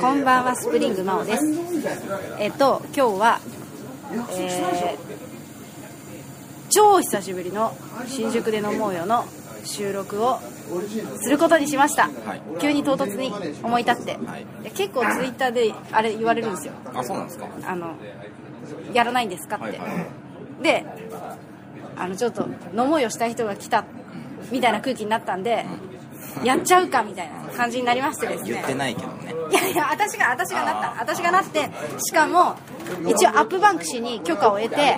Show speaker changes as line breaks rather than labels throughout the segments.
こんばんはスプリング真央ですえっと今日は、えー超久しぶりの新宿で飲もうよの収録をすることにしました、
はい
急に唐突に思い立って、
はい
いや結構ツイッターであれ言われるんですよ
あそうなんですか
あのやらないんですかって、
はいはい
であのちょっと飲もうよしたい人が来たみたいな空気になったんで、やっちゃうかみたいな感じになりましてですね
言ってないけどね
いやいや私が私がなった私がなってしかも一応アップバンク氏に許可を得て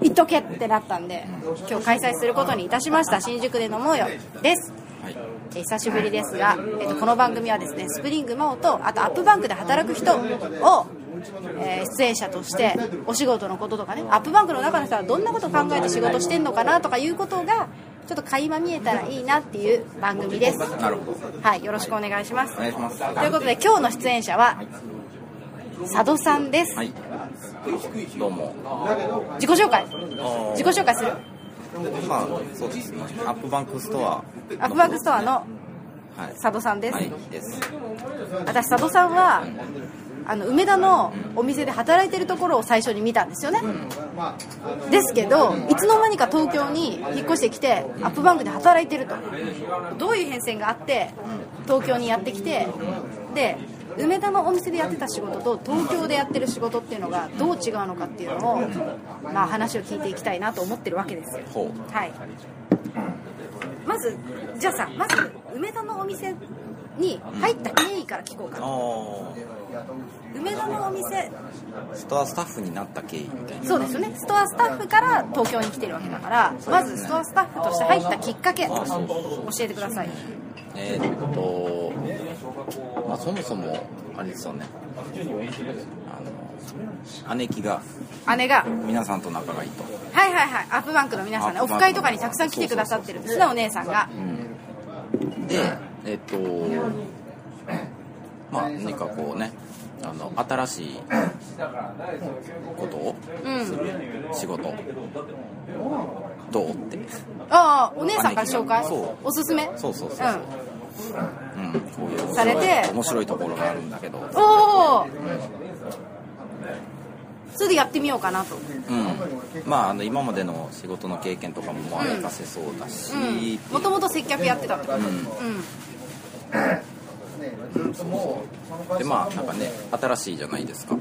行っとけってなったんで今日開催することにいたしました新宿で飲もうよです
はい
えー久しぶりですが、えっとこの番組はですねスプリングマオとあとアップバンクで働く人を、えー出演者としてお仕事のこととかねアップバンクの中の人はどんなこと考えて仕事してんのかなとかいうことがちょっと垣間見えたらいいなっていう番組です
なるほど
はいよろしくお願いします
お願いします
ということで今日の出演者は佐渡さんです、
はいどうも
自己紹介自己紹介する
まあそうですねアップバンクストア
アップバンクストアの
はい
佐渡さんです、
はいです
私佐渡さんはあの梅田のお店で働いてるところを最初に見たんですよね、ですけどいつの間にか東京に引っ越してきてアップバンクで働いてるとどういう変遷があって東京にやってきてで梅田のお店でやってた仕事と東京でやってる仕事っていうのがどう違うのかっていうのを、まあ、話を聞いていきたいなと思ってるわけですよ
ほ
はい、まずじゃあさまず梅田のお店に入った経緯から聞こう
う
か
あ
梅田のお店
あストアスタッフになった経緯みたいな
そうですよねストアスタッフから東京に来てるわけだからまずストアスタッフとして入ったきっかけ教えてください
えーっとまあそもそもあれですよねあの姉貴が
姉が
皆さんと仲がいいと
はいはいはいアップバンクの皆さんね
ア
オ
ップ
フ
バンク
会とかにたくさん来てくださってる素直お姉さんが
でえっとまあ何かこうねあの新しいことを
うん
仕事どうって
ああお姉さんから紹介
そう
おすすめ
そうそうそうそう、うんこういう面白い
されて
面白いところがあるんだけど
うん、おおそれでやってみようかなと
うんまああの今までの仕事の経験とかももう生かせそうだし、
うんもともと接客やってたってこと
うん
うん
でまあなんかね新しいじゃないですか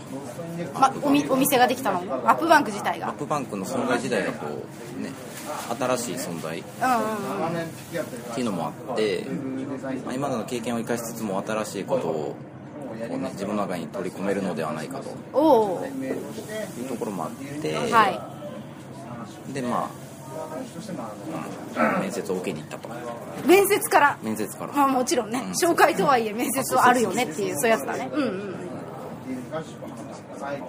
ま、おみお店ができたのもアップバンク自体
アッ
が
プバンクの存在時代がこうね新しい存在
うんうんうん
っていうのもあって、まあ、今までの経験を生かしつつも新しいことをこうね、自分の中に取り込めるのではないかと
おお
いうところもあって、
は
でまあ、うん面接を受けに行ったと
い面接から
面接から、
まあもちろんね紹介とはいえ面接はあるよねっていうそういうやつだねうん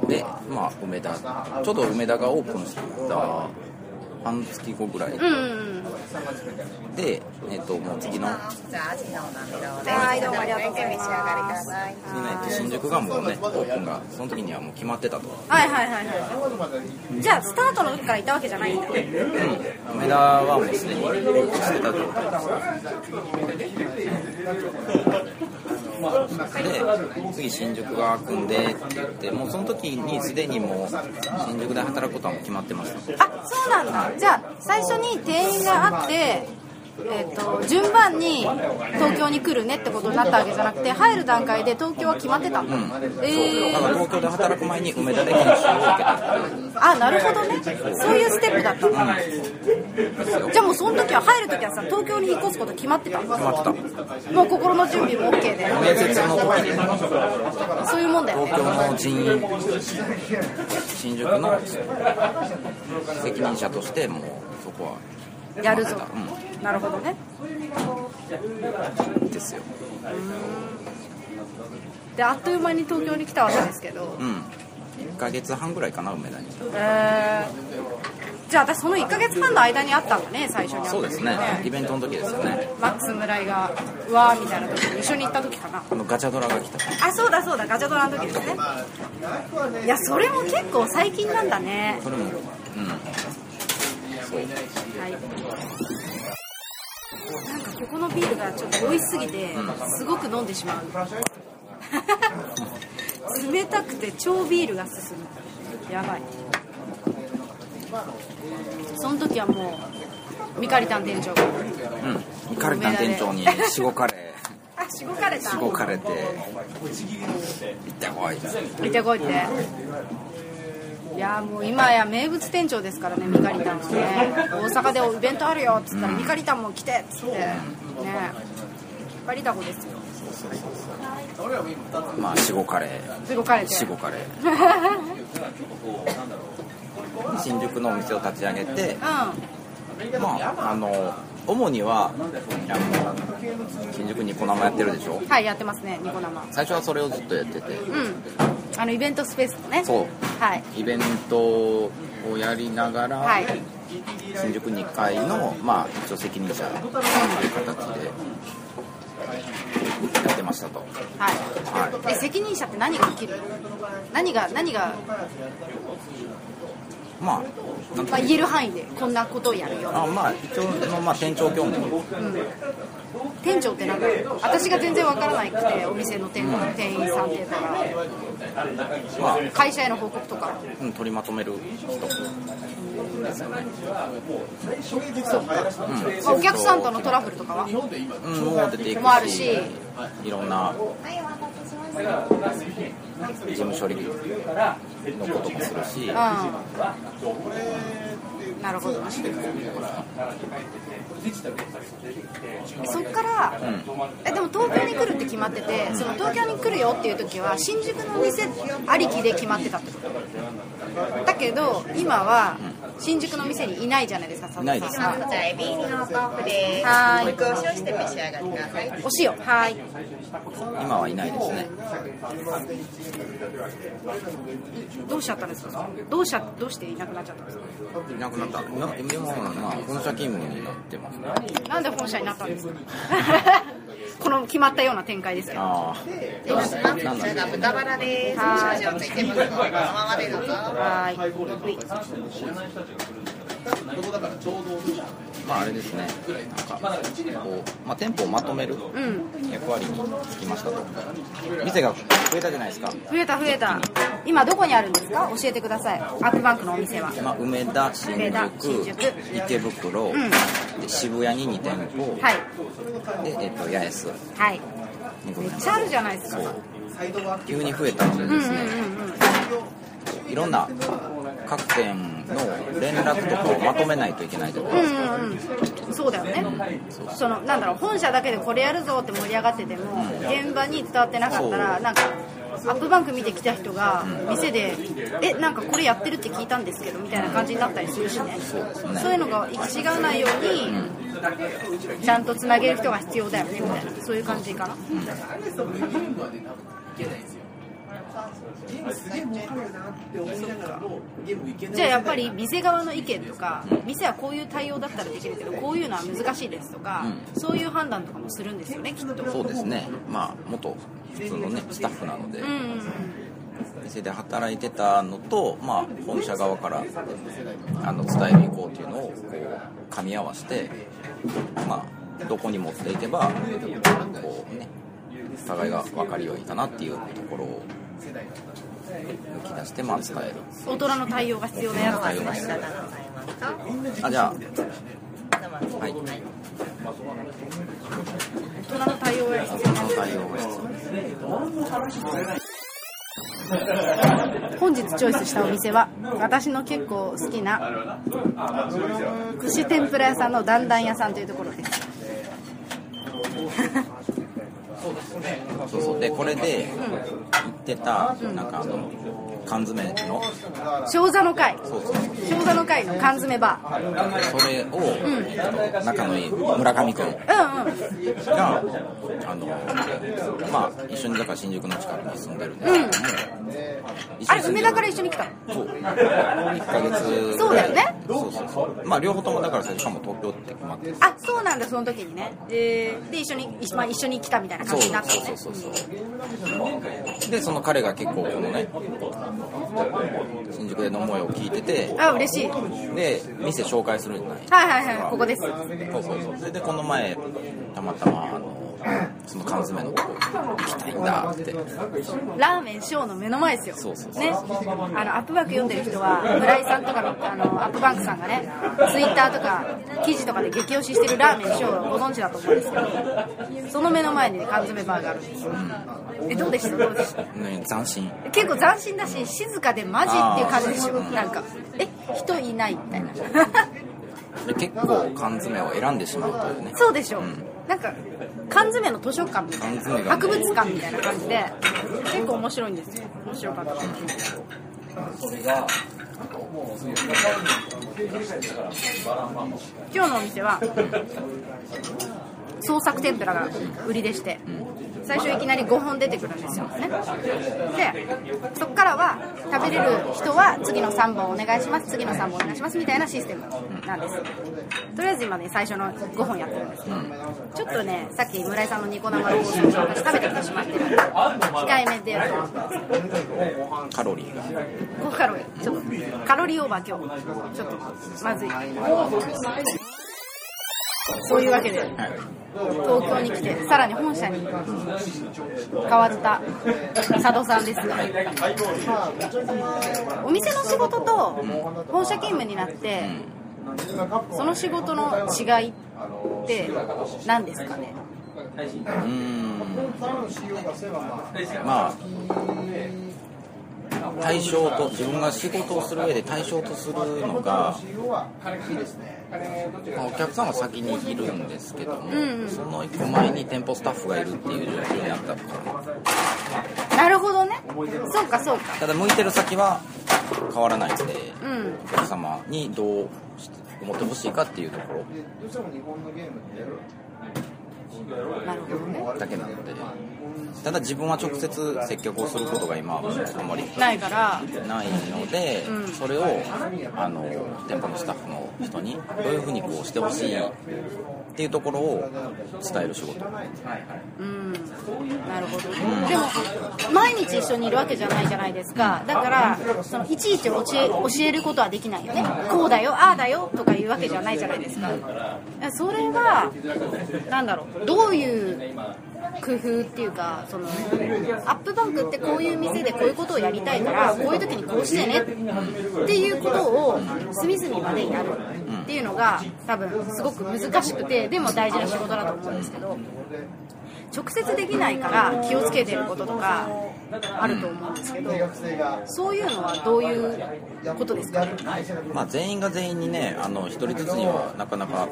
うん
でまあ梅田ちょうど梅田がオープンした半月後ぐらい
うんうんうん
で、えっともう次の
じゃあアジのお鍋を
はいどうもありがとうございます
召し上がりください
次の、えっと新宿がもうねオープンがその時にはもう決まってたと
はいはいはいはいじゃあスタートの時からいたわけじゃないんだ
梅田はもうすでにオープンしてた状態ですで次新宿が組んでって言ってもうその時にすでにもう新宿で働くことはもう決まってました
あそうなんだじゃあ最初に店員があってえっと順番に東京に来るねってことになったわけじゃなくて入る段階で東京は決まってた、
うん
え
だか
ー、
ら東京で働く前に梅田で研修を受けた
あなるほどねそういうステップだったんだじゃあもうその時は入る時はさ東京に引っ越すこと決まってた
決まってた
もう心の準備も OK で
面接の時に
そういうもんだよね
東京の人員新宿の責任者としてもうそこは
やるぞ
う
なるほどね
ですよ
であっという間に東京に来たわけですけど
うん1ヶ月半ぐらいかな梅田に
えー、じゃあ私その1ヶ月半の間にあったんだね最初に会った
そうですねイベントの時ですよね
マックス村井がうわーみたいな時に一緒に行った時かな
あのガチャドラが来た
あそうだそうだガチャドラの時ですねいやそれも結構最近なんだね
それもうん
はいなんかここのビールがちょっと美味しすぎてすごく飲んでしまう冷たくて超ビールが進むやばいその時はもうミカリタン店長が
うんカルタン店長にしごかれ
あしごかれた
しごかれて行ってこい
見てこいっていやもう今や名物店長ですからねミカリタンはね大阪でイベントあるよっつったらミカリタンも来てっつってねミカリタコですよ
まあしごかれ
しごかれて
しごかれ新宿のお店を立ち上げて
う
まああの主にはあの新宿ニコ生やってるでしょ
んはいやってますねニコ生
最初はそれをずっとやってて
うんあのイベントスペースとね
そう
はい
イベントをやりながら、
はい
新宿2階の、まあ、一応責任者という形でやってましたと、
はい
は
え責任者って何が起きる何が何が、
い、まあなん
ま
か
あ、言える範囲でこんなことをやるよ
あまあ一応の、まあ、店長業務
店長ってなんか私が全然わからないくてお店の店,、店員さんっていうから
まあ、
会社への報告とか
うん、取りまとめる人
まあお客さんとのトラブルとかは
うんもう出ていく
もある
し
し
いろんな
はい、お待たせしました。
事務処理のこともするし、
うんなるほどそっから、えでも東京に来るって決まっててその東京に来るよっていう時は新宿のお店ありきで決まってたってことだけど今は新宿の店にいないじゃないですか佐
ない
藤
です
さん
こちらエビ入りの豆腐です。
はーい
お肉を塩して召し上がってください。
お塩はい
今はいないですね
どうしちゃったんですかどうしちゃどうしていなくなっちゃったんですか
いなくなった今今はまあ本社勤務になってますね
なんで本社になったんですか この決まったような展開ですけど
ああ
失礼します。こちらが豚バラです。
は
少
い
々ついてますので、このままでどうぞ。
はい
まああれですね、なんかこう、まあ、店舗をまとめる
うん
役割につきましたと、店が増えたじゃないですか、
増えた増えた今どこにあるんですか教えてくださいアップバンクのお店は
まあ、梅田、新
梅田新
宿、
宿
池袋、
ん
で渋谷に2店舗、
はい
でえっと八重洲
はい
にご
めっ
ざいます
ちゃあるじゃないですか
そう急に増えたので
うんう
で
ん
す
うん
ね、いろんな各店の連絡とかをまとめないといけないじゃないですか、
うんうんうんそうだよねそのなんだろう本社だけでこれやるぞって盛り上がってても現場に伝わってなかったら
そう
なんかアップバンク見てきた人が店で「えなんかこれやってるって聞いたんですけど」みたいな感じになったりするしね
ね
そういうのが行き違わないようにちゃんとつなげる人が必要だよねみたいなそういう感じかなじゃあやっぱり店側の意見とか店はこういう対応だったらできるけどこういうのは難しいですとかそういう判断とかもするんですよねきっと
そうですね、まあ、元普通の、ね、スタッフなので。
うんうんうん
店で働いてたのと、まあ、本社側からあの伝える意向っていうのをこう噛み合わせて、まあ、どこに持っていけばこう、ね、互いが分かりよいかなっていうところを抜き出して、まあ、伝える
大人の対応が必要なやつ
お
だ
待
よ
た
ね
せいただございますか。
あじゃ
どう
あ、
も
はい、
大人の対応が必
その対応が必要
要本日チョイスしたお店は私の結構好きな串天ぷら屋さんのだんだん屋さんというところです
そうそうでこれで言ってたなんかあの缶詰の
餃子の会
そうそうそう
餃子の会の缶詰バー
それを、えっと仲のいい村上君
うんうん
が、あの、まあ、一緒にだから新宿の近くに住んでるんですけども、一
あ
緒に
れ
住ん
梅
でる
田から一緒に来たの
そう、1ヶ月
そうだよね
そうそうそう。まあ、両方ともだから最初かも東京って決まってる。
あそうなんだその時にね、えー、で一緒に、一まあ、一緒に来たみたいな
そ
感
う
じになった
そ
のね
うそうそう。で、その彼が結構このね、新宿での思いを聞いてて、
あ嬉しいはい
で、店紹介するじゃない
はいはいここです
そうそうそう。それでこの前、たまたま、あの、その缶詰のとこ行きたいんだって
ラーメンショーの目の前ですよ。
そうそうそう
ね。あの、アップバンク読んでる人は、村井さんとかの、あの、アップバンクさんがね、ツイッターとか、記事とかで激推ししてるラーメンショーをご存知だと思うんですけど、その目の前にね、缶詰バーがあるんですよ。え、どうでしたどうでした
ね斬新
結構斬新だし、静かでマジっていう感じでしょ。なんか、え、人いないみたいな。
で結構缶詰を選んでしまうというね
そうでしょ、なんか缶詰の図書館みたいな
缶詰が
博物館みたいな感じで結構面白いんですよ面白かった今日のお店は創作天ぷらが売りでして最初いきなり5本出てくるんですよねでそこからは食べれる人は次の3本お願いします次の3本お願いしますみたいなシステムなんですとりあえず今ね最初の5本やってるんですちょっとねさっき村井さんのニコ生の放送を私食べてきてしまってる控えめでやると
カロリーが
5カロリーちょっとカロリーオーバー今日ちょっとまずいそういうわけで
はい
東京に来てさらに本社に変わった佐渡さんですがお店の仕事と本社勤務になってその仕事の違いって何ですかね
うーんまあ対象と自分が仕事をする上で対象とするのがまあお客さんは先にいるんですけども、
んうん
その一個前に店舗スタッフがいるっていう状況になったとか
なるほどねそうかそうか
ただ向いてる先は変わらないので
うん
お客様にどう思ってほしいかっていうとこ
なるほどね
ろだけなのでただ自分は直接接客をすることが今あんまり
ないから
ないので、
うん
それをあの店舗のスタッフの人にどういうふうにこうしてほしいっていうところを伝える仕事
うんなるほど、でも毎日一緒にいるわけじゃないじゃないですかだからそのいちいち教え教えることはできないよねこうだよああだよとかいうわけじゃないじゃないですかそれはなんだろうどういう工夫っていうかそのアップバンクってこういう店でこういうことをやりたいからこういう時にこうしてねっていうことを隅々までになるっていうのが多分すごく難しくてでも大事な仕事だと思うんですけど直接できないから気をつけてることとかあると思うんですけど、そういうのはどういうことですかね
まあ、全員が全員にねあの1人ずつにはなかなか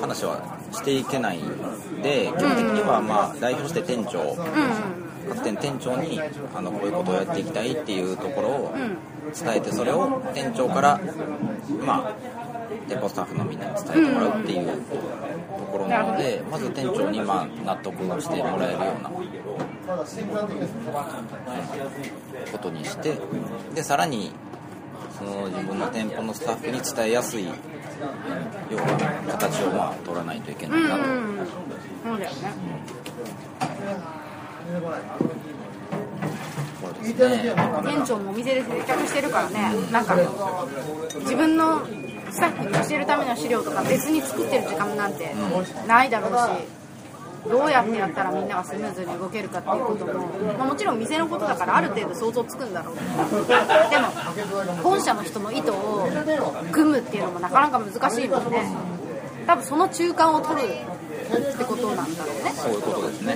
話はしていけないので基本的にはまあ代表して店長
うん
各店店長にあのこういうことをやっていきたいっていうところを
うんうん
伝えてそれを店長からまあ店舗スタッフのみんなに伝えてもらうっていうところなので、まず店長にまあ納得してもらえるようなことにしてでさらにその自分の店舗のスタッフに伝えやすいような形をまあ取らないといけな
う
い
ん
なと。
うんうんそうだよね
ころですね
店長もお店で接客してるからねなんか自分のスタッフに教えるための資料とか別に作ってる時間なんてないだろうしどうやってやったらみんながスムーズに動けるかっていうことも、まあ、もちろん店のことだからある程度想像つくんだろうけどでも本社の人の意図を組むっていうのもなかなか難しいもんね多分その中間を取るってことなんだろうね
そういうことですね。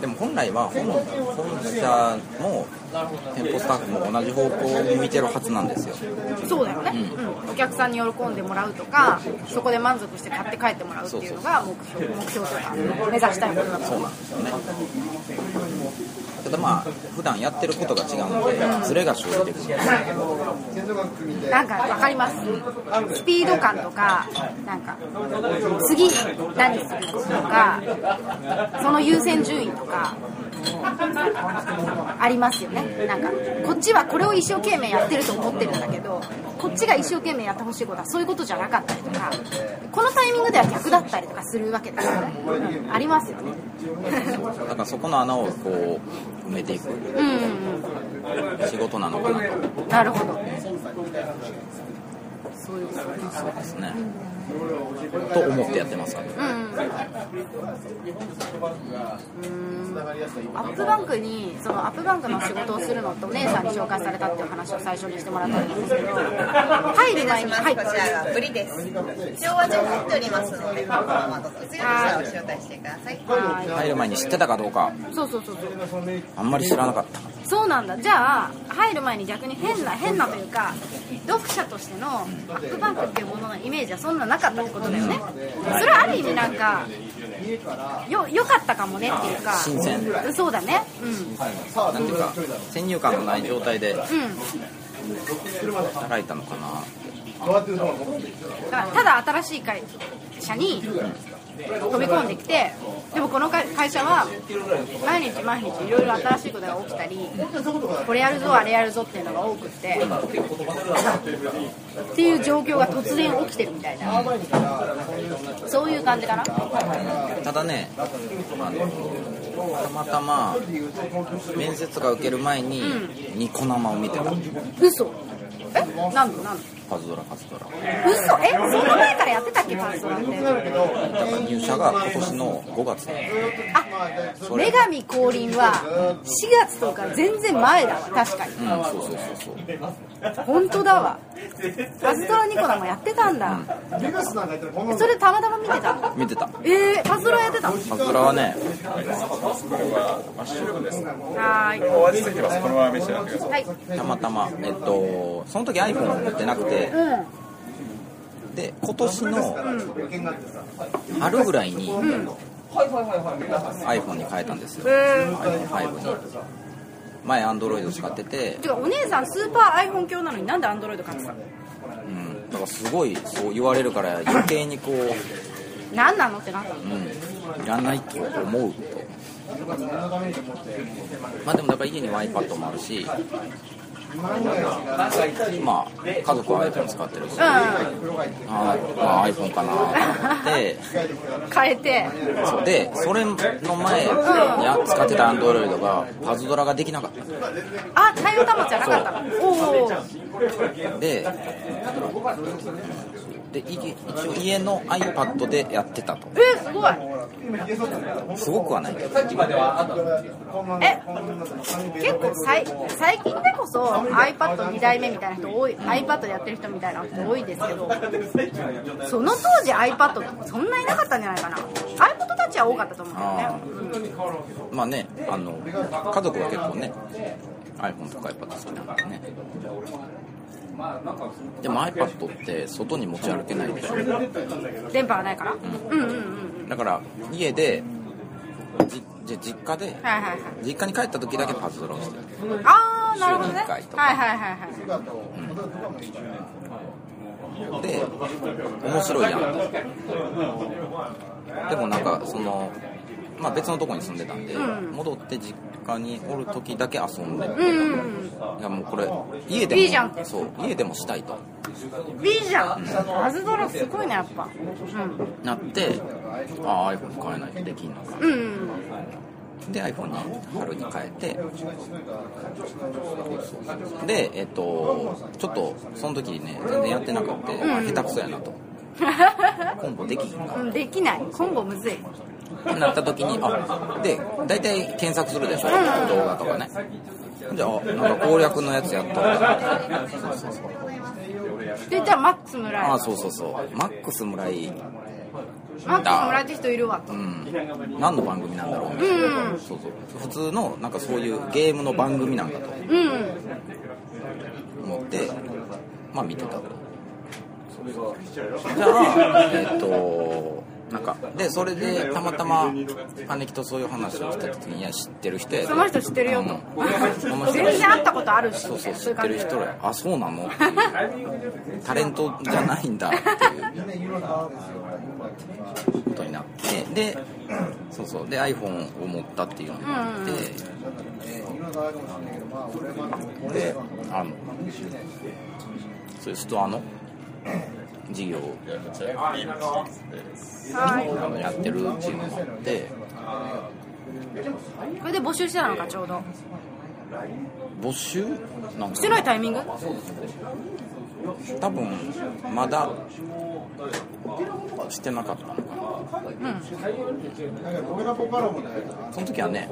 でも本来は本本社も店舗スタッフも同じ方向を向いてるはずなんですよ。
そうだよね、うんお客さんに喜んでもらうとかそこで満足して買って帰ってもらうっていうのが目標目標とか目指したいことだと
そう
思う
なんですよね。ただまあ普段やってることが違うのでズレが生じてくるんですよ。
なんか分かりますスピード感とかなんか次何するとかその優先順位とかありますよねなんかこっちはこれを一生懸命やってると思ってるんだけどこっちが一生懸命やってほしいことはそういうことじゃなかったりとかこのタイミングでは逆だったりとかするわけですよね、うんありますよね
だからそこの穴をこう埋めていく
うんうん
仕事なのかなと。
うんなるほどそういうことね
そうですね。と思ってやってますから。
アップバンクにそのアップバンクの仕事をするのってお姉さんに紹介されたっていう話を最初にしてもらったんですけど入る前に
ます
は
こ
い
ちらがブリです昭和上入っておりますのでこのままどうぞ次の方を招待してください
は
入る前に知ってたかどうか、
いそうそうそうそう
あんまり知らなかった。
そうなんだじゃあ入る前に逆に変な変なというか読者としてのアップバンクっていうもののイメージはそんななかったってことだよねそれはある意味なんかよ良かったかもねっていうか
新鮮
そうだねうん
なんていうか、先入観のない状態で
うん
働いたのかな。
だからただ新しい会社に飛び込んできてでもこの会会社は毎日毎日いろいろ新しいことが起きたりこれやるぞあれやるぞっていうのが多くってっていう状況が突然起きてるみたいなそういう感じかな
ただね、あのたまたま面接が受ける前にニコ生を見てた。
嘘えなんのなんの
パズドラパズドラ。
嘘えそんな前からやってたっけパズドラって
だから入社が今年の5月だ
あ女神降臨は4月とか全然前だわ確かに
うん、そうそうそうそう。
本当だわパズドラニコ生やってたんだ、それたまたま見てたの
見てた。
えー、パズドラやってたの
パズドラはね、
はーい
お味付けはこのまま召し上がってください。
はい
たまたま、えっと、その時 iPhone を持ってなくて、で、今年の春ぐらいに、iPhone に変えたんですよ。
うんえ
iPhone5 に。前、Android 使ってて
ー、て、かお姉さんスーパー iPhone 教なのになんで Android 買ってたの
うん、だからすごいそう言われるから余計にこう、
何なのってなったの
うん、いらないと思うと。まあでもだから家には iPad もあるし、まあ家族は iPhone 使ってるし、
う
あーまあ iPhone かなと思っ
ん
て。
変えて
そうでそれの前に使ってた Android がパズドラができなかった
あ対応端末じゃなかったのおおー
ででい一応家の iPad でやってたと
えー、すごい
すごくはないけど
え結構さい最近でこそ iPad2 代目みたいな人多い iPad でやってる人みたいな人多いですけどその当時 iPad そんないなかったんじゃないかな iPod たちは多かったと思うんだよ
あ
ね
ーまあねあの家族は結構ね iPhone とか iPad 好きなんだよねでも iPad って外に持ち歩けないでしょ
電波がないからうんうんうんうん
だから家でじじ実家で
はいはいはい
実家に帰った時だけパズドラをしてる
ああなるほどね
週に
は
一回
い
とか
はいはいはい
で面白いやんでもなんかその、まあ、別のとこに住んでたんで、戻って実家におる時だけ遊んで、
う
い
んうん
やもうこれ家でも
いいじゃん
そう家でもしたいと
うんいいじゃんパズドラすごいねやっぱうん
なってああ iPhone 買えないとできんのか
うんうん
で iPhone に春に変えてでえっとちょっとその時ね全然やってなくて、下手くそやなと今後できひんな
うんできない今後むずい
なった時にあで大体検索するでしょ動画とかねじゃあなんか攻略のやつやった
でじゃあマックス村
あ
井
そうそうそうマックス村井
マックス村井って人いるわと
うん何の番組なんだろうみたいな、
うん
そうそう普通のなんかそういうゲームの番組なんだと
うん
思ってまあ見てたとじゃあえっ、となんかでそれでたまたま姉貴とそういう話をした時にいや知ってる人やで
その人知ってるよと
うんその人
全然会ったことあるし
そうそう
そ
知
ういう
って
感
る
じ
人らあそうなのっていうタレントじゃないんだっていうことになってでそうそうで iPhone を持ったっていうのになって、であのそういうストアの事業を
はい
あのやってるチームもあって
これで募集してたのかちょうど
募集なんか
してないタイミング
多分まだしてなかったのかなその時はね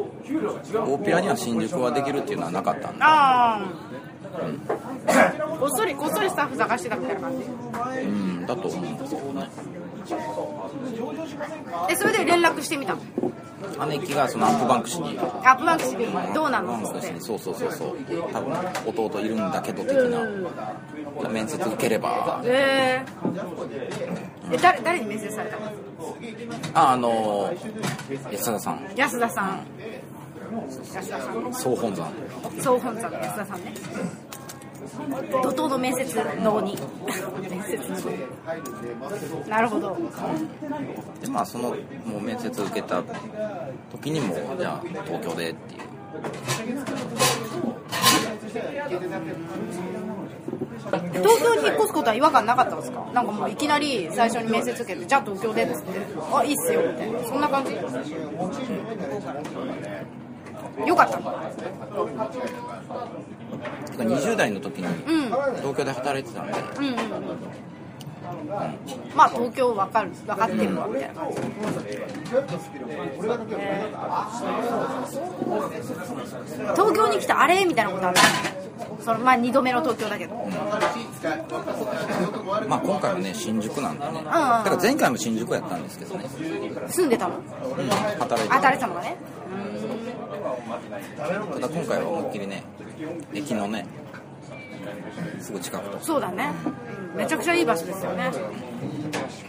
大ピラには新宿はできるっていうのはなかったんだ
ああ、こっそりこっそりスタッフ探してたみたいな感じ
うんだと思うんですけどね
えそれで連絡してみたの
姉貴がそのアップバンク氏に
アップバンクシーどうなの
アップ
っ
バ
つ
ンク
っ
氏
て
にそうそうそうそう多分弟いるんだけど的な面接受ければ
えー、え誰誰に面接されたの
ああの安田さん
安田さん安田さん
総本山
総本山の安田さんね怒涛の面接の鬼面接の鬼なるほど
でまあそのもう面接受けた時にもじゃあ東京でっていう
東京に引っ越すことは違和感なかったんですかなんかもういきなり最初に面接受けてじゃあ東京でっつってあいいっすよみたいなそんな感じよかったの
てか20代の時に
うん
東京で働いてたんで
うんうんまあ東京わかる分かってるわみたいな感じ、えー東京に来てあれみたいなことあるそのまあ2度目の東京だけど
まあ今回はね新宿なんでねだ
ん
から前回も新宿やったんですけどね、
住んでたの
うん、働いて
あ
た
誰様がね
ただ今回は思いっきりね駅のねすぐ近くと
そうだね、うんめちゃくちゃいい場所ですよね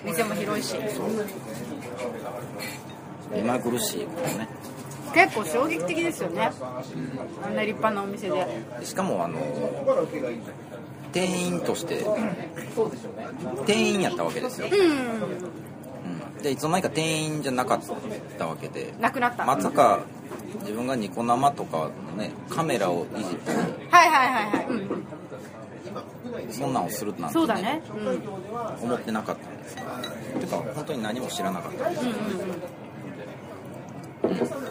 店も広いし
目まぐるしいことね
結構衝撃的ですよねあんな立派なお店で
でしかもあの店員として店員やったわけですよ、
うん
うん、でいつの間にか店員じゃなかったわけで
なくなった、
まさか自分がニコ生とかのねカメラをいじった
はいはいはいはい、うん、
りそんなんをするなんて、
そうだね、うん
思ってなかったんですよてか本当に何も知らなかったです、うん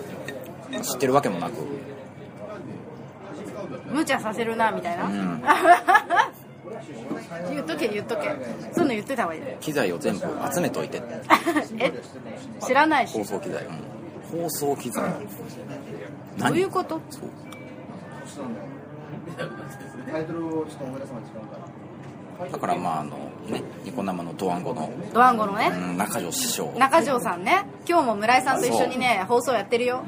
知ってるわけもなく
無茶させるなみたいな、
うん
言っとけ言っとけそういうの言ってた方がいい
機材を全部集めといて
え知らないし
放送機材を放送機材
どういう
何
こと
だからまああのねニコ生のドワンゴの、
ドワンゴの
う
ね
ん中条師匠
中条さんね今日も村井さんと一緒にね放送やってるよ、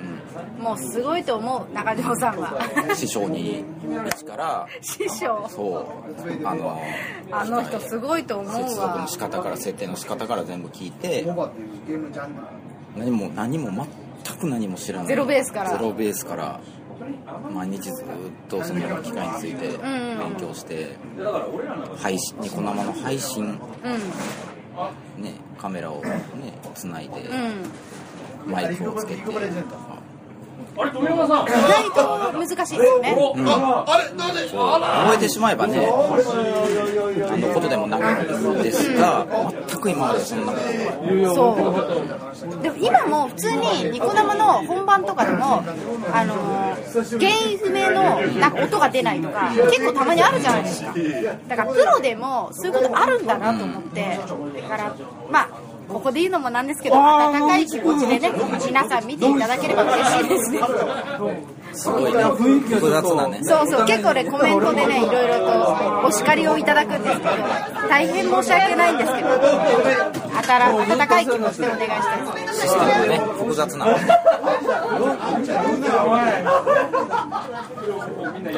もうすごいと思う中条さんは
師匠に一から
師匠
そうあの
あの人すごいと思
接
う
続
わ
の仕方から設定の仕方から全部聞いて何も何も全く何も知らない
ゼロベースから
ゼロベースから毎日ずっとその機械について
んうん
勉強して配信ニコ生の配信
うん
ねカメラをねつないで
うん
マイクをつけて
意外と難しいですよね
覚えてしまえばねあのことでもないんですが全く今までそんなこと
そうでも今も普通にニコ生の本番とかでも、あのー原因不明のなんか音が出ないとか結構たまにあるじゃないですかだからプロでもそういうことあるんだなと思ってだからまあここで言うのもなんですけど温かい気持ちでね皆さん見ていただければ嬉しいですね
すごいね複雑なね
そうそう、結構ね、コメントでね、いろいろとお叱りをいただくんですけど、大変申し訳ないんですけど、あたら温かい気持ちでお願いしたいです。
システムね複雑なだか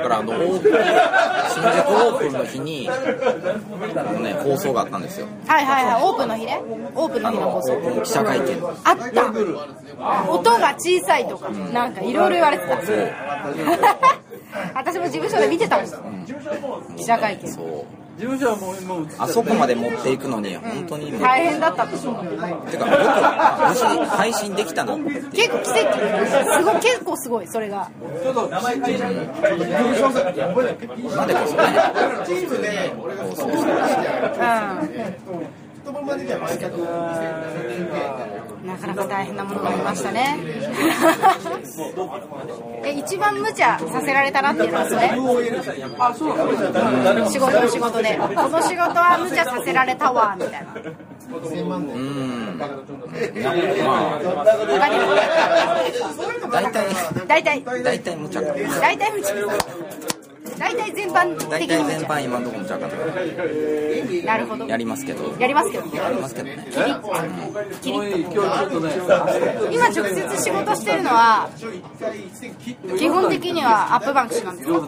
らあのオープン新宿オープンの日にあのね放送があったんですよ
はいはいはい、オープンの日ね。オープンの
あ
日の
の
放
オ
送。
ープン記者会見
あった音が小さいとか、なんかいろいろ言われてた。 私も事務所で見てたもん。記者会見
そうあそこまで持っていくのに本当にもう、
大変だったと思う。
てか僕は無事に配信できたのっていう
結構奇跡。すごい、結構すごい、それが。
今でこそね放送する
うんなかなか大変なものがありましたね。え、い一番無茶させられたなっていうのはそれ仕事の仕事でこの仕事は無茶させられたわみたいな
うんま
他にも
あ大体
大体
大体無茶か
大体無茶大体全般
大
的
体
に
全
無
般今のところ無茶かった
茶なるほど
やりますけど
やりますけど
やりますけどね
今直接仕事してるのは基本的にはアップバンクスなんですよ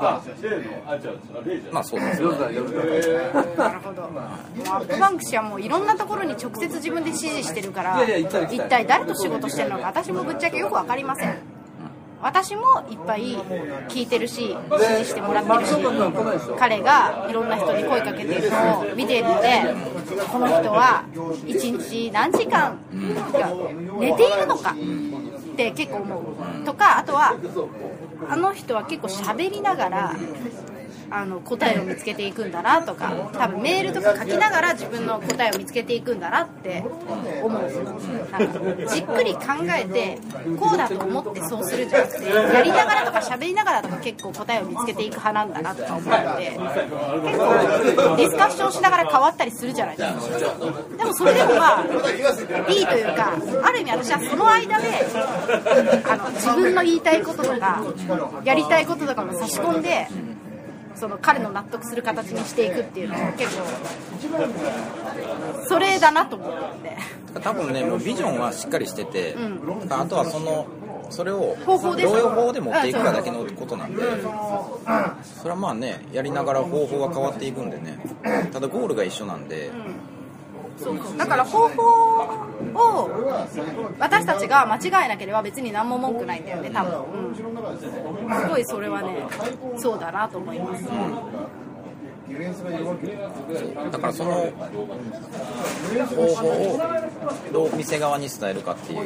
まあそうですよね
なるほどもうアップバンクスはもういろんなところに直接自分で指示してるから一体誰と仕事してるのか私もぶっちゃけよく分かりません私もいっぱい聞いてるし指示してもらってるし彼がいろんな人に声かけてるのを見ているのでこの人は1日何時間寝ているのかって結構思うとかあとはあの人は結構喋りながらあの答えを見つけていくんだなとか多分メールとか書きながら自分の答えを見つけていくんだなって思うなんかじっくり考えてこうだと思ってそうするんじゃなくてやりながらとか喋りながらとか結構答えを見つけていく派なんだなとか思うので結構ディスカッションしながら変わったりするじゃないですかでもそれでもまあいいというかある意味私はその間であの自分の言いたいこととかやりたいこととかも差し込んでその彼の納得する形にしていくっていうのは結構それだなと思ってるんで
多分ねもうビジョンはしっかりしてて、
ん
なんかあとはそのそれを
方法で
どういう方法で持っていくかだけのことなんで、それはまあねやりながら方法は変わっていくんでねただゴールが一緒なんで、
そうそうだから方法を私たちが間違えなければ別に何も文句ないんだよね多分、うん、すごいそれはねそうだなと思います、
だからその方法をどう店側に伝えるかっていう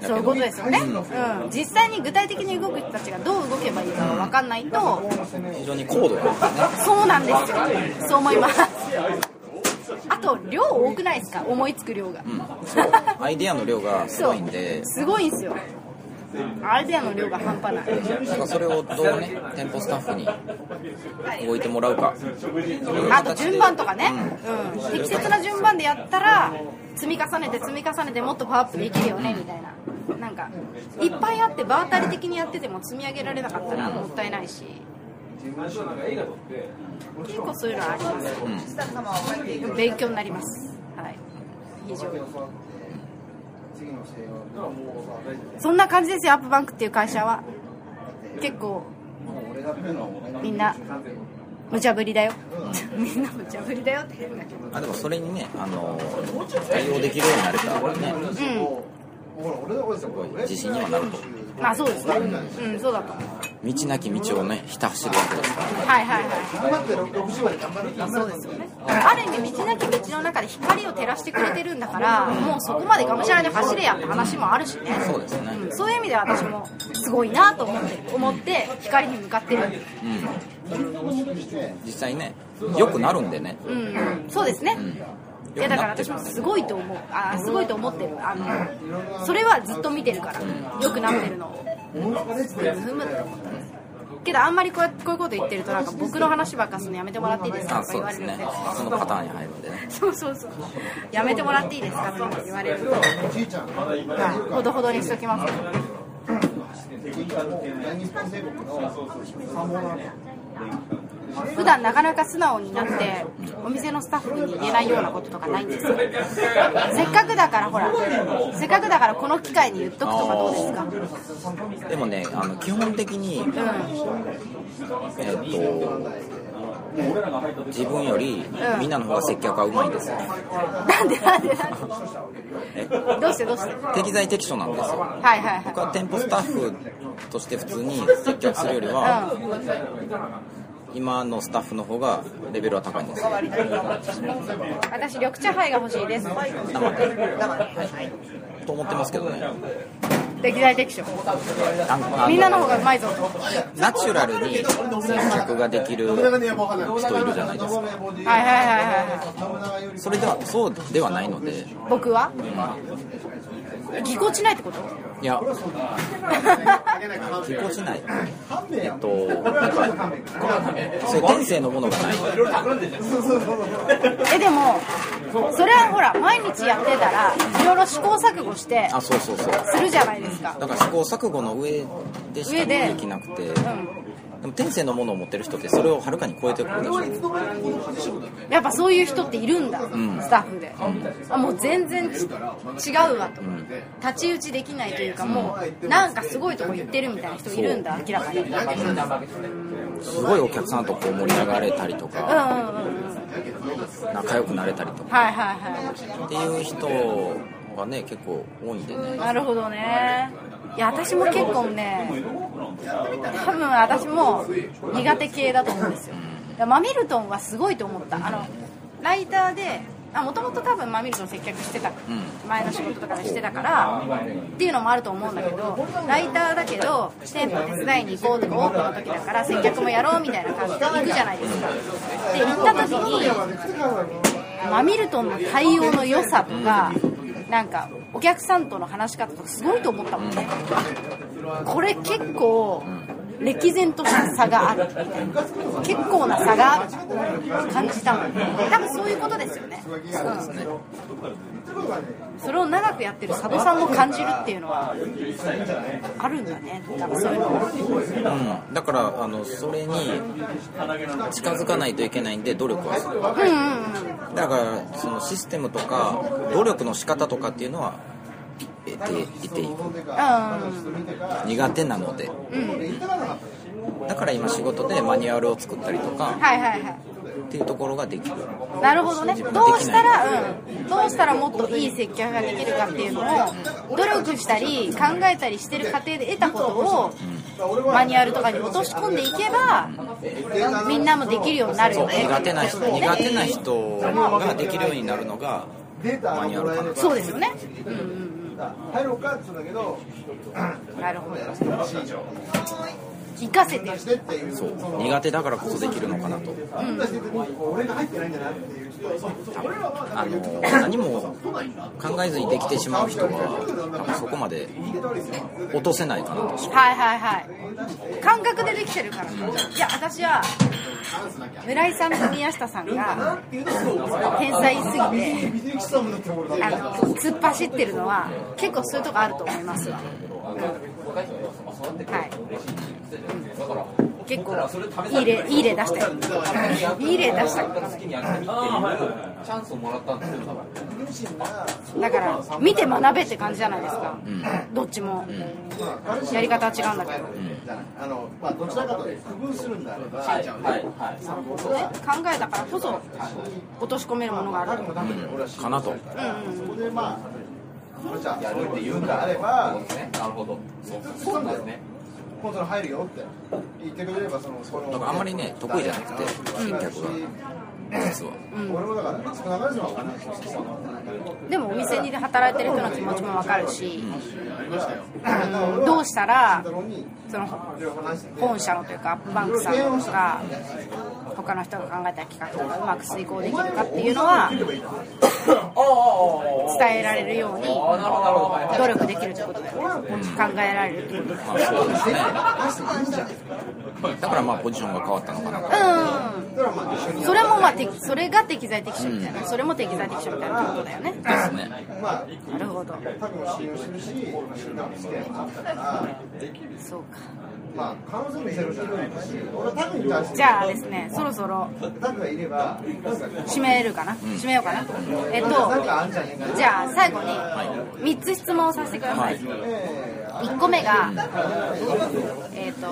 だけ
そうい
ど
うことですよね、うん、実際に具体的に動く人たちがどう動けばいいかが分かんないと
非常に高度なんですね
そうなんですよそう思いますあと量多くないですか思いつく量が、
アイディアの量がすごいんで
すごいんですよアイデアの量が半端ない
なんかそれをどうね店舗スタッフに動いてもらうか
あと順番とかね、
う
うん適切な順番でやったら積み重ねて積み重ねてもっとパワーアップできるよねみたいななんかいっぱいあって場当たり的にやってても積み上げられなかったらもったいないし結構そういうのはあります
スタッフ様は覚えていく。
勉強になります。はい。非常に。そんな感じですよ、アップバンクっていう会社は。結構、みんな、無茶ぶりだよ。 みんな無茶ぶりだよって変だけど。
あでもそれにねあの対応できるようになれたらねすごい自信にはなると
うん。まあそうですね。うん、そうだと思う。
道なき道をねひた走るわけですから
はいはいはい。そうですよね。ある意味道なき道の中で光を照らしてくれてるんだから、もうそこまでがむしゃらに走れやって話もあるしね。
そうですね
うんそういう意味では私もすごいなと思って思って光に向かってる、
実際ね良くなるんでね
うん、そうですね、い
良
やだ
く
から
なって
私
る
も
んです
ごいと思うあーすごいと思ってるあのそれはずっと見てるから良くなってるのをふむって思ったんですけどあんまりこうやこういうこと言ってるとなんか僕の話ばっかするのやめてもらっていいですか
あ
とか
そ
言われる
うです
ん
ね
で
そのパターンに入るんでね
そうそうそうやめてもらっていいですかとか言われるとはいほどほどにしときます普段なかなか素直になってお店のスタッフに言えないようなこととかないんですよせっかくだからほらせっかくだからこの機会に言っとくとかどうですか
でもねあの基本的にえっと自分より
ん
みんなの方が接客はうまいんですよ
うんなんでなんでなん
え
でどうしてどうして
適材適所なんですよ
はいはいはい
僕は店舗スタッフとして普通に接客するよりは
う
今のスタッフの方がレベルは高いんですよ
ん、私緑茶杯が欲しいです
と思ってますけどね
適材適所
あの
みんなの方がうまいぞと
ナチュラルに接客ができる人いるじゃないですか
はいはいはいはいはい
それではそうではないので
僕はぎこちないってこと
いや、引っ越しない。えっと、そういう天性のものがない。
えでもそれはほら毎日やってたらいろいろ試行錯誤して
あ、そうそうそう。
するじゃないですか
だから試行錯誤の上でしか
上で
できなくて。でも天性のものを持ってる人ってそれをはるかに超えてるんでしょ
やっぱそういう人っているんだ、
ん
スタッフで、あもう全然ち違うわと、太刀打ちできないというかもうなんかすごいとこ行ってるみたいな人いるんだ明らかにうんうんうん
すごいお客さんとこう盛り上がれたりとか
うん
仲良くなれたりとか
はいはいは
っていう人がね結構多いんでね
いなるほどねいや私も結構ね多分私も苦手系だと思うんですよだからマミルトンはすごいと思ったあのライターでもともと多分マミルトン接客してた、
ん
前の仕事とかでしてたからっていうのもあると思うんだけどライターだけど店舗手伝いに行こうとかオープンの時だから接客もやろうみたいな感じで行くじゃないですかで行った時にマミルトンの対応の良さとかなんかお客さんとの話し方とかすごいと思ったもんねこれ結構歴然とした差がある結構な差が感じたもん多分そういうことですよねそうですねそれを長くやってる佐渡さんも感じるっていうのはあるんだね多分そういうのも
うん、だからあのそれに近づかないといけないんで努力はする
うんうん
だからそのシステムとか努力の仕方とかっていうのは得て得ていく
うん
苦手なので、うんだから今仕事でマニュアルを作ったりとか
はいはいはい
っていうところができる
なるほどね。どうしたら、うん、どうしたらもっといい接客ができるかっていうのを、努力したり、考えたりしてる過程で得たことを、マニュアルとかに落とし込んでいけば、みんなもできるようになるよね。
苦手な人苦手な人ができるようになるのがマニュアルかな
そうですよね。うんうんうん。なるほど。生かせてる。
そう苦手だからこそできるのかなと、多分あの何も考えずにできてしまう人は多分そこまで落とせないかなと
はいはいはい感覚でできてるからいや私は村井さんと宮下さんが天才すぎてあの突っ走ってるのは結構そういうとこあると思いますわ、うんはい、うん結構いい例いい例出したよいい例出したからだから見て学べって感じじゃないですか、どっちも、やり方は違うんだけど、ね考えたからこそ落とし込めるものがある
かなとだからあんまりね得意じゃなくて接客が実は
でもお店に働いてる人の気持ちも分かるし、うんどうしたらその本社のというかアップバンクさんのとか他の人が考えた企画とかうまく遂行できるかっていうのは伝えられるように努力できるってことだよね考えられるってことだよね
まあそうですねだからまあポジションが変わったのかな
うんそれもまあてそれが適材適所みたいな、それも適材適所みたいなってことだよね
とですね
なるほどそうかじゃあですねそろそろ締めるかな、締めようかなえっとじゃあ最後に3つ質問をさせてください、1個目が、えっと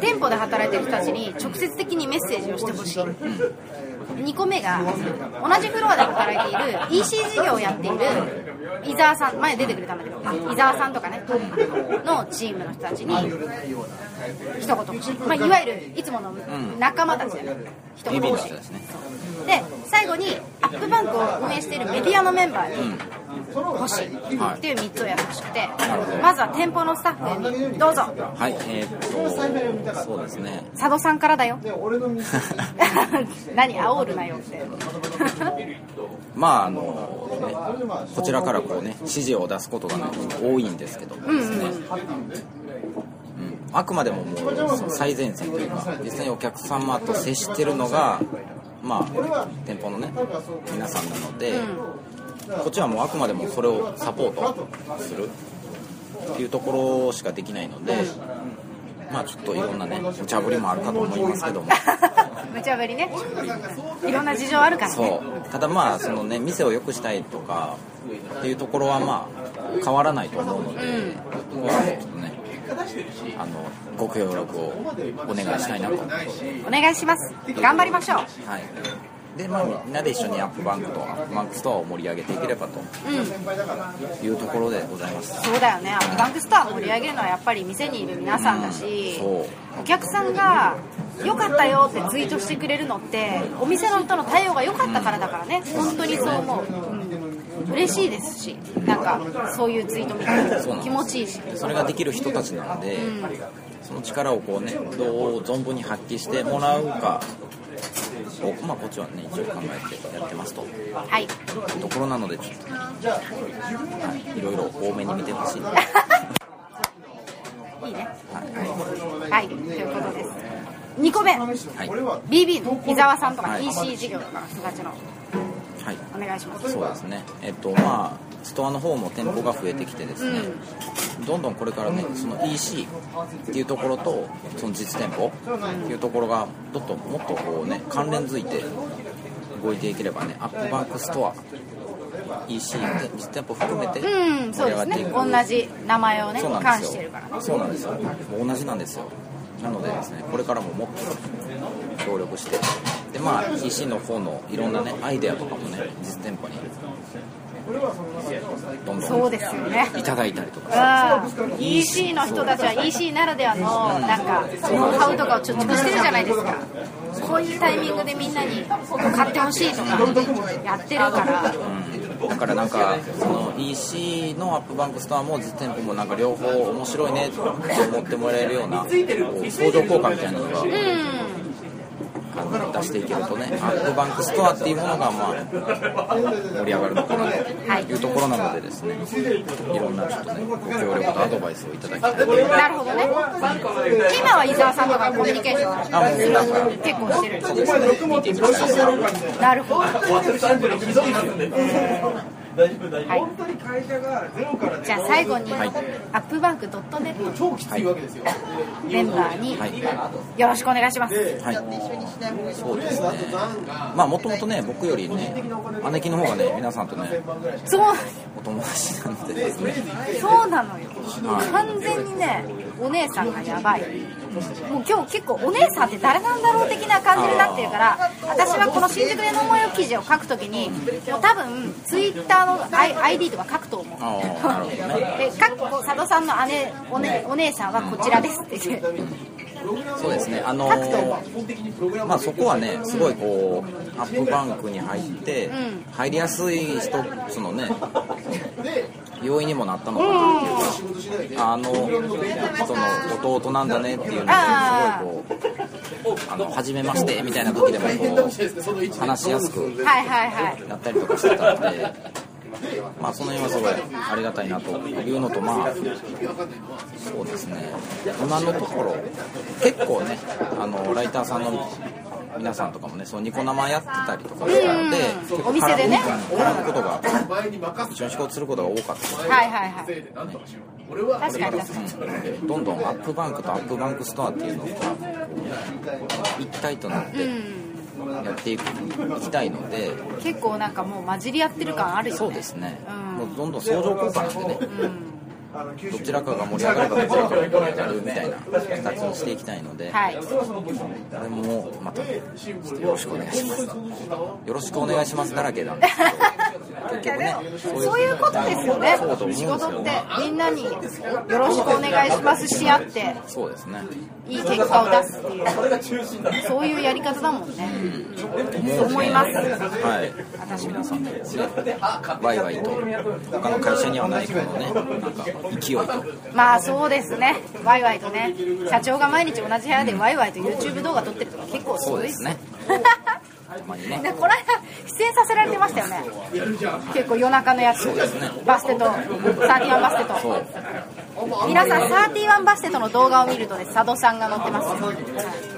店舗で働いてる人たちに直接的にメッセージをしてほしい、2個目が同じフロアで働いている EC 事業をやっている伊沢さん前出てくれたんだけどあ伊沢さんとかねのチームの人たちに一言欲しい、まあ、いわゆるいつもの仲間たちだよね一
リ
言
ビン
欲し
の
い
人ですね
で最後にアップバンクを運営しているメディアのメンバーに欲しいっていう3つをやってほしくてまずは店舗のスタッフにどうぞ
はい、えーっと、そうですね。
佐渡さんからだよ 何煽るなよって
まあ、あの、ねこちらからこうね、指示を出すことが、ね、多いんですけどもですね。うんあくまでももう最前線というか、実際にお客様と接してるのが、まあ、店舗のね、皆さんなので、こっちはもうあくまでもそれをサポートするっていうところしかできないので、まあちょっといろんなね、無茶ぶりもあるかと思いますけども。
無茶ぶりねいろんな事情あるからね
そうただまあそのね店を良くしたいとかっていうところはまあ変わらないと思うので、ここはもうちょっとねあのご協力をお願いしたいなと思って
お願いします頑張りましょう
はいでまあ、みんなで一緒にアップバンクとアップバンクストアを盛り上げていければというところでございます、
そうだよねアップバンクストア盛り上げるのはやっぱり店にいる皆さんだし、
そう
お客さんが良かったよってツイートしてくれるのってお店の人の対応が良かったからだからね本当にそう思う、うん、嬉しいですしなんかそういうツイート見たら気持ちいいし
でそれができる人たちなので、その力をこうねどう存分に発揮してもらうかを、まあ、こっちはね一応考えてやってますという
はい
ところなのでちょっとね、はい、いろいろ多めに見てほ しいな、はい
いいね
は
はいということです2個目
いは
BB の伊沢さんとか
はい
EC 事業とか人たちの
い、はい
お願いします
そうですね、えっとまあ、ストアの方も店舗が増えてきてですね、どんどんこれからね、その EC っていうところと、その実店舗っていうところが、ちょっともっとこうね、関連づいて動いていければね、アップバンクストア、EC で実店舗含めて
うんそうですね同じ名前をね
そうなん
関
で
し
す
てる
よ
からね
そうなんですよもう同じなんですよなのでですねこれからももっと協力してでまあ EC の方のいろんなねアイデアとかもね実店舗にどん
そ
ど
うですよね
んいただいたりとか
うん EC の人たちは EC ならではのなんかノウハウとかを貯蓄してるじゃないですかこういうタイミングでみんなに買ってほしいとかやってるから
だからなんかその EC のアップバンクストアも実店舗もなんか両方面白いねって思ってもらえるようなこう相乗効果みたいなのが、あの出していけるとねアップバンクストアっていうものがまあ盛り上がるのかなというところなのでですねいろんなちょっとねご協力とアドバイスをいただきたい
なるほどね今は伊沢さんとかコミュニケーション
あもう普段から
結構してる
そうですねミーティングしたりとか
なるほど
大丈夫大丈夫。
はいじゃあ最後に、
はい
アップバンク .net メンバーに
はい
よろしくお願いします、
はい、そうですね、まあもともとね、僕よりね、姉貴の方がね、皆さんとね、
そう
お友達なんでですね、
そうなのよ、
はい
完全にねお姉さんがやばいもう今日結構お姉さんって誰なんだろう的な感じになってるから私はこの新宿での思いを記事を書くときにもう多分ツイッターの I- ID とか書くと思う
あーなるほど
で
ね
かっこ佐渡さんの姉お,、ね、お姉さんはこちらですって 言って
そうですね、あのーまあ、そこはね、すごいこう、アップバンクに入って、入りやすい一つのね、要因にもなったのかなっていうか、あの、その弟なんだねっていうのが、すごいこう、あの、初めましてみたいな時でもこう、話しやすく。
はいはいはい
やったりとかしてたので、まあ、その辺はすごいありがたいなというのと、まあ、そうですね、今のところ、結構ね、あのライターさんの皆さんとかもね、そのニコ生やってたりとかしたので、結構
お店でね
絡む絡むことが、一緒に仕事することが多かったので。
はいはいはい確かに確かに
うんどんどんアップバンクとアップバンクストアっていうのがこう一体となってやっていくいきたいので、
結構なんかもう混じり合ってる感あるよね
そうですね、
うん
もうどんどん相乗効果なんでね、
うん
どちらかが盛り上がればどちらかが盛り上がるみたいな形にしていきたいので、
はい
これもまたちょっとよろしくお願いしますよろしくお願いしますだらけなんですけど 結局ね
そういうことですよね
そうだと思うんです
仕
よ
事ってみんなによろしくお願いしますし合って
そうですね
いい結果を出すっていうそういうやり方だもんねそう思います
はい私皆さんでですねワイワイと他の会社にはないこのねなんか勢いと
まあそうですねワイワイとね社長が毎日同じ部屋でワイワイと YouTube 動画撮ってるとか結構す
そ
ご
う
い
で
です
すねたまにね
でこの間出演させられてましたよね結構夜中のやつ、バステとサーティワンバステと
そう
皆さんサーティワンバステとの動画を見るとね佐渡さんが載ってますよ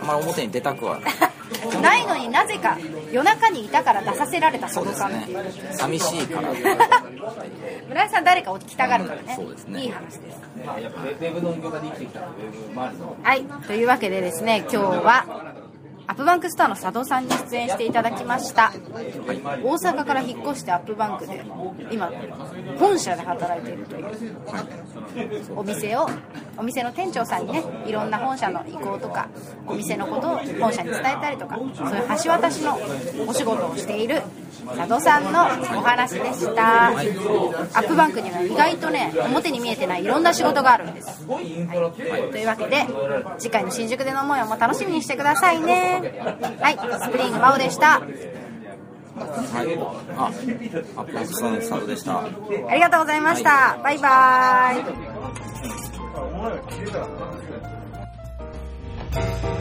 あんまり表に出たくは
ないのになぜか夜中にいたから出させられた佐
そう
渡
です
さんっていう
ね寂しいから
村井さん誰か起きたがるからね
そうですね
いい話ですはいというわけでですね今日はアップバンクストアの佐渡さんに出演していただきました大阪から引っ越してアップバンクで今本社で働いているというお店をお店の店長さんにねいろんな本社の意向とかお店のことを本社に伝えたりとかそういう橋渡しのお仕事をしている佐渡さんのお話でしたアップバンクには意外とね表に見えてないいろんな仕事があるんです、はい、というわけで次回の新宿での思いをも楽しみにしてくださいねはいスプリング真央でした
はいあアップアップさんサブでした
ありがとうございました、バイバ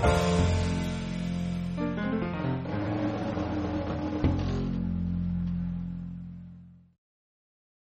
イ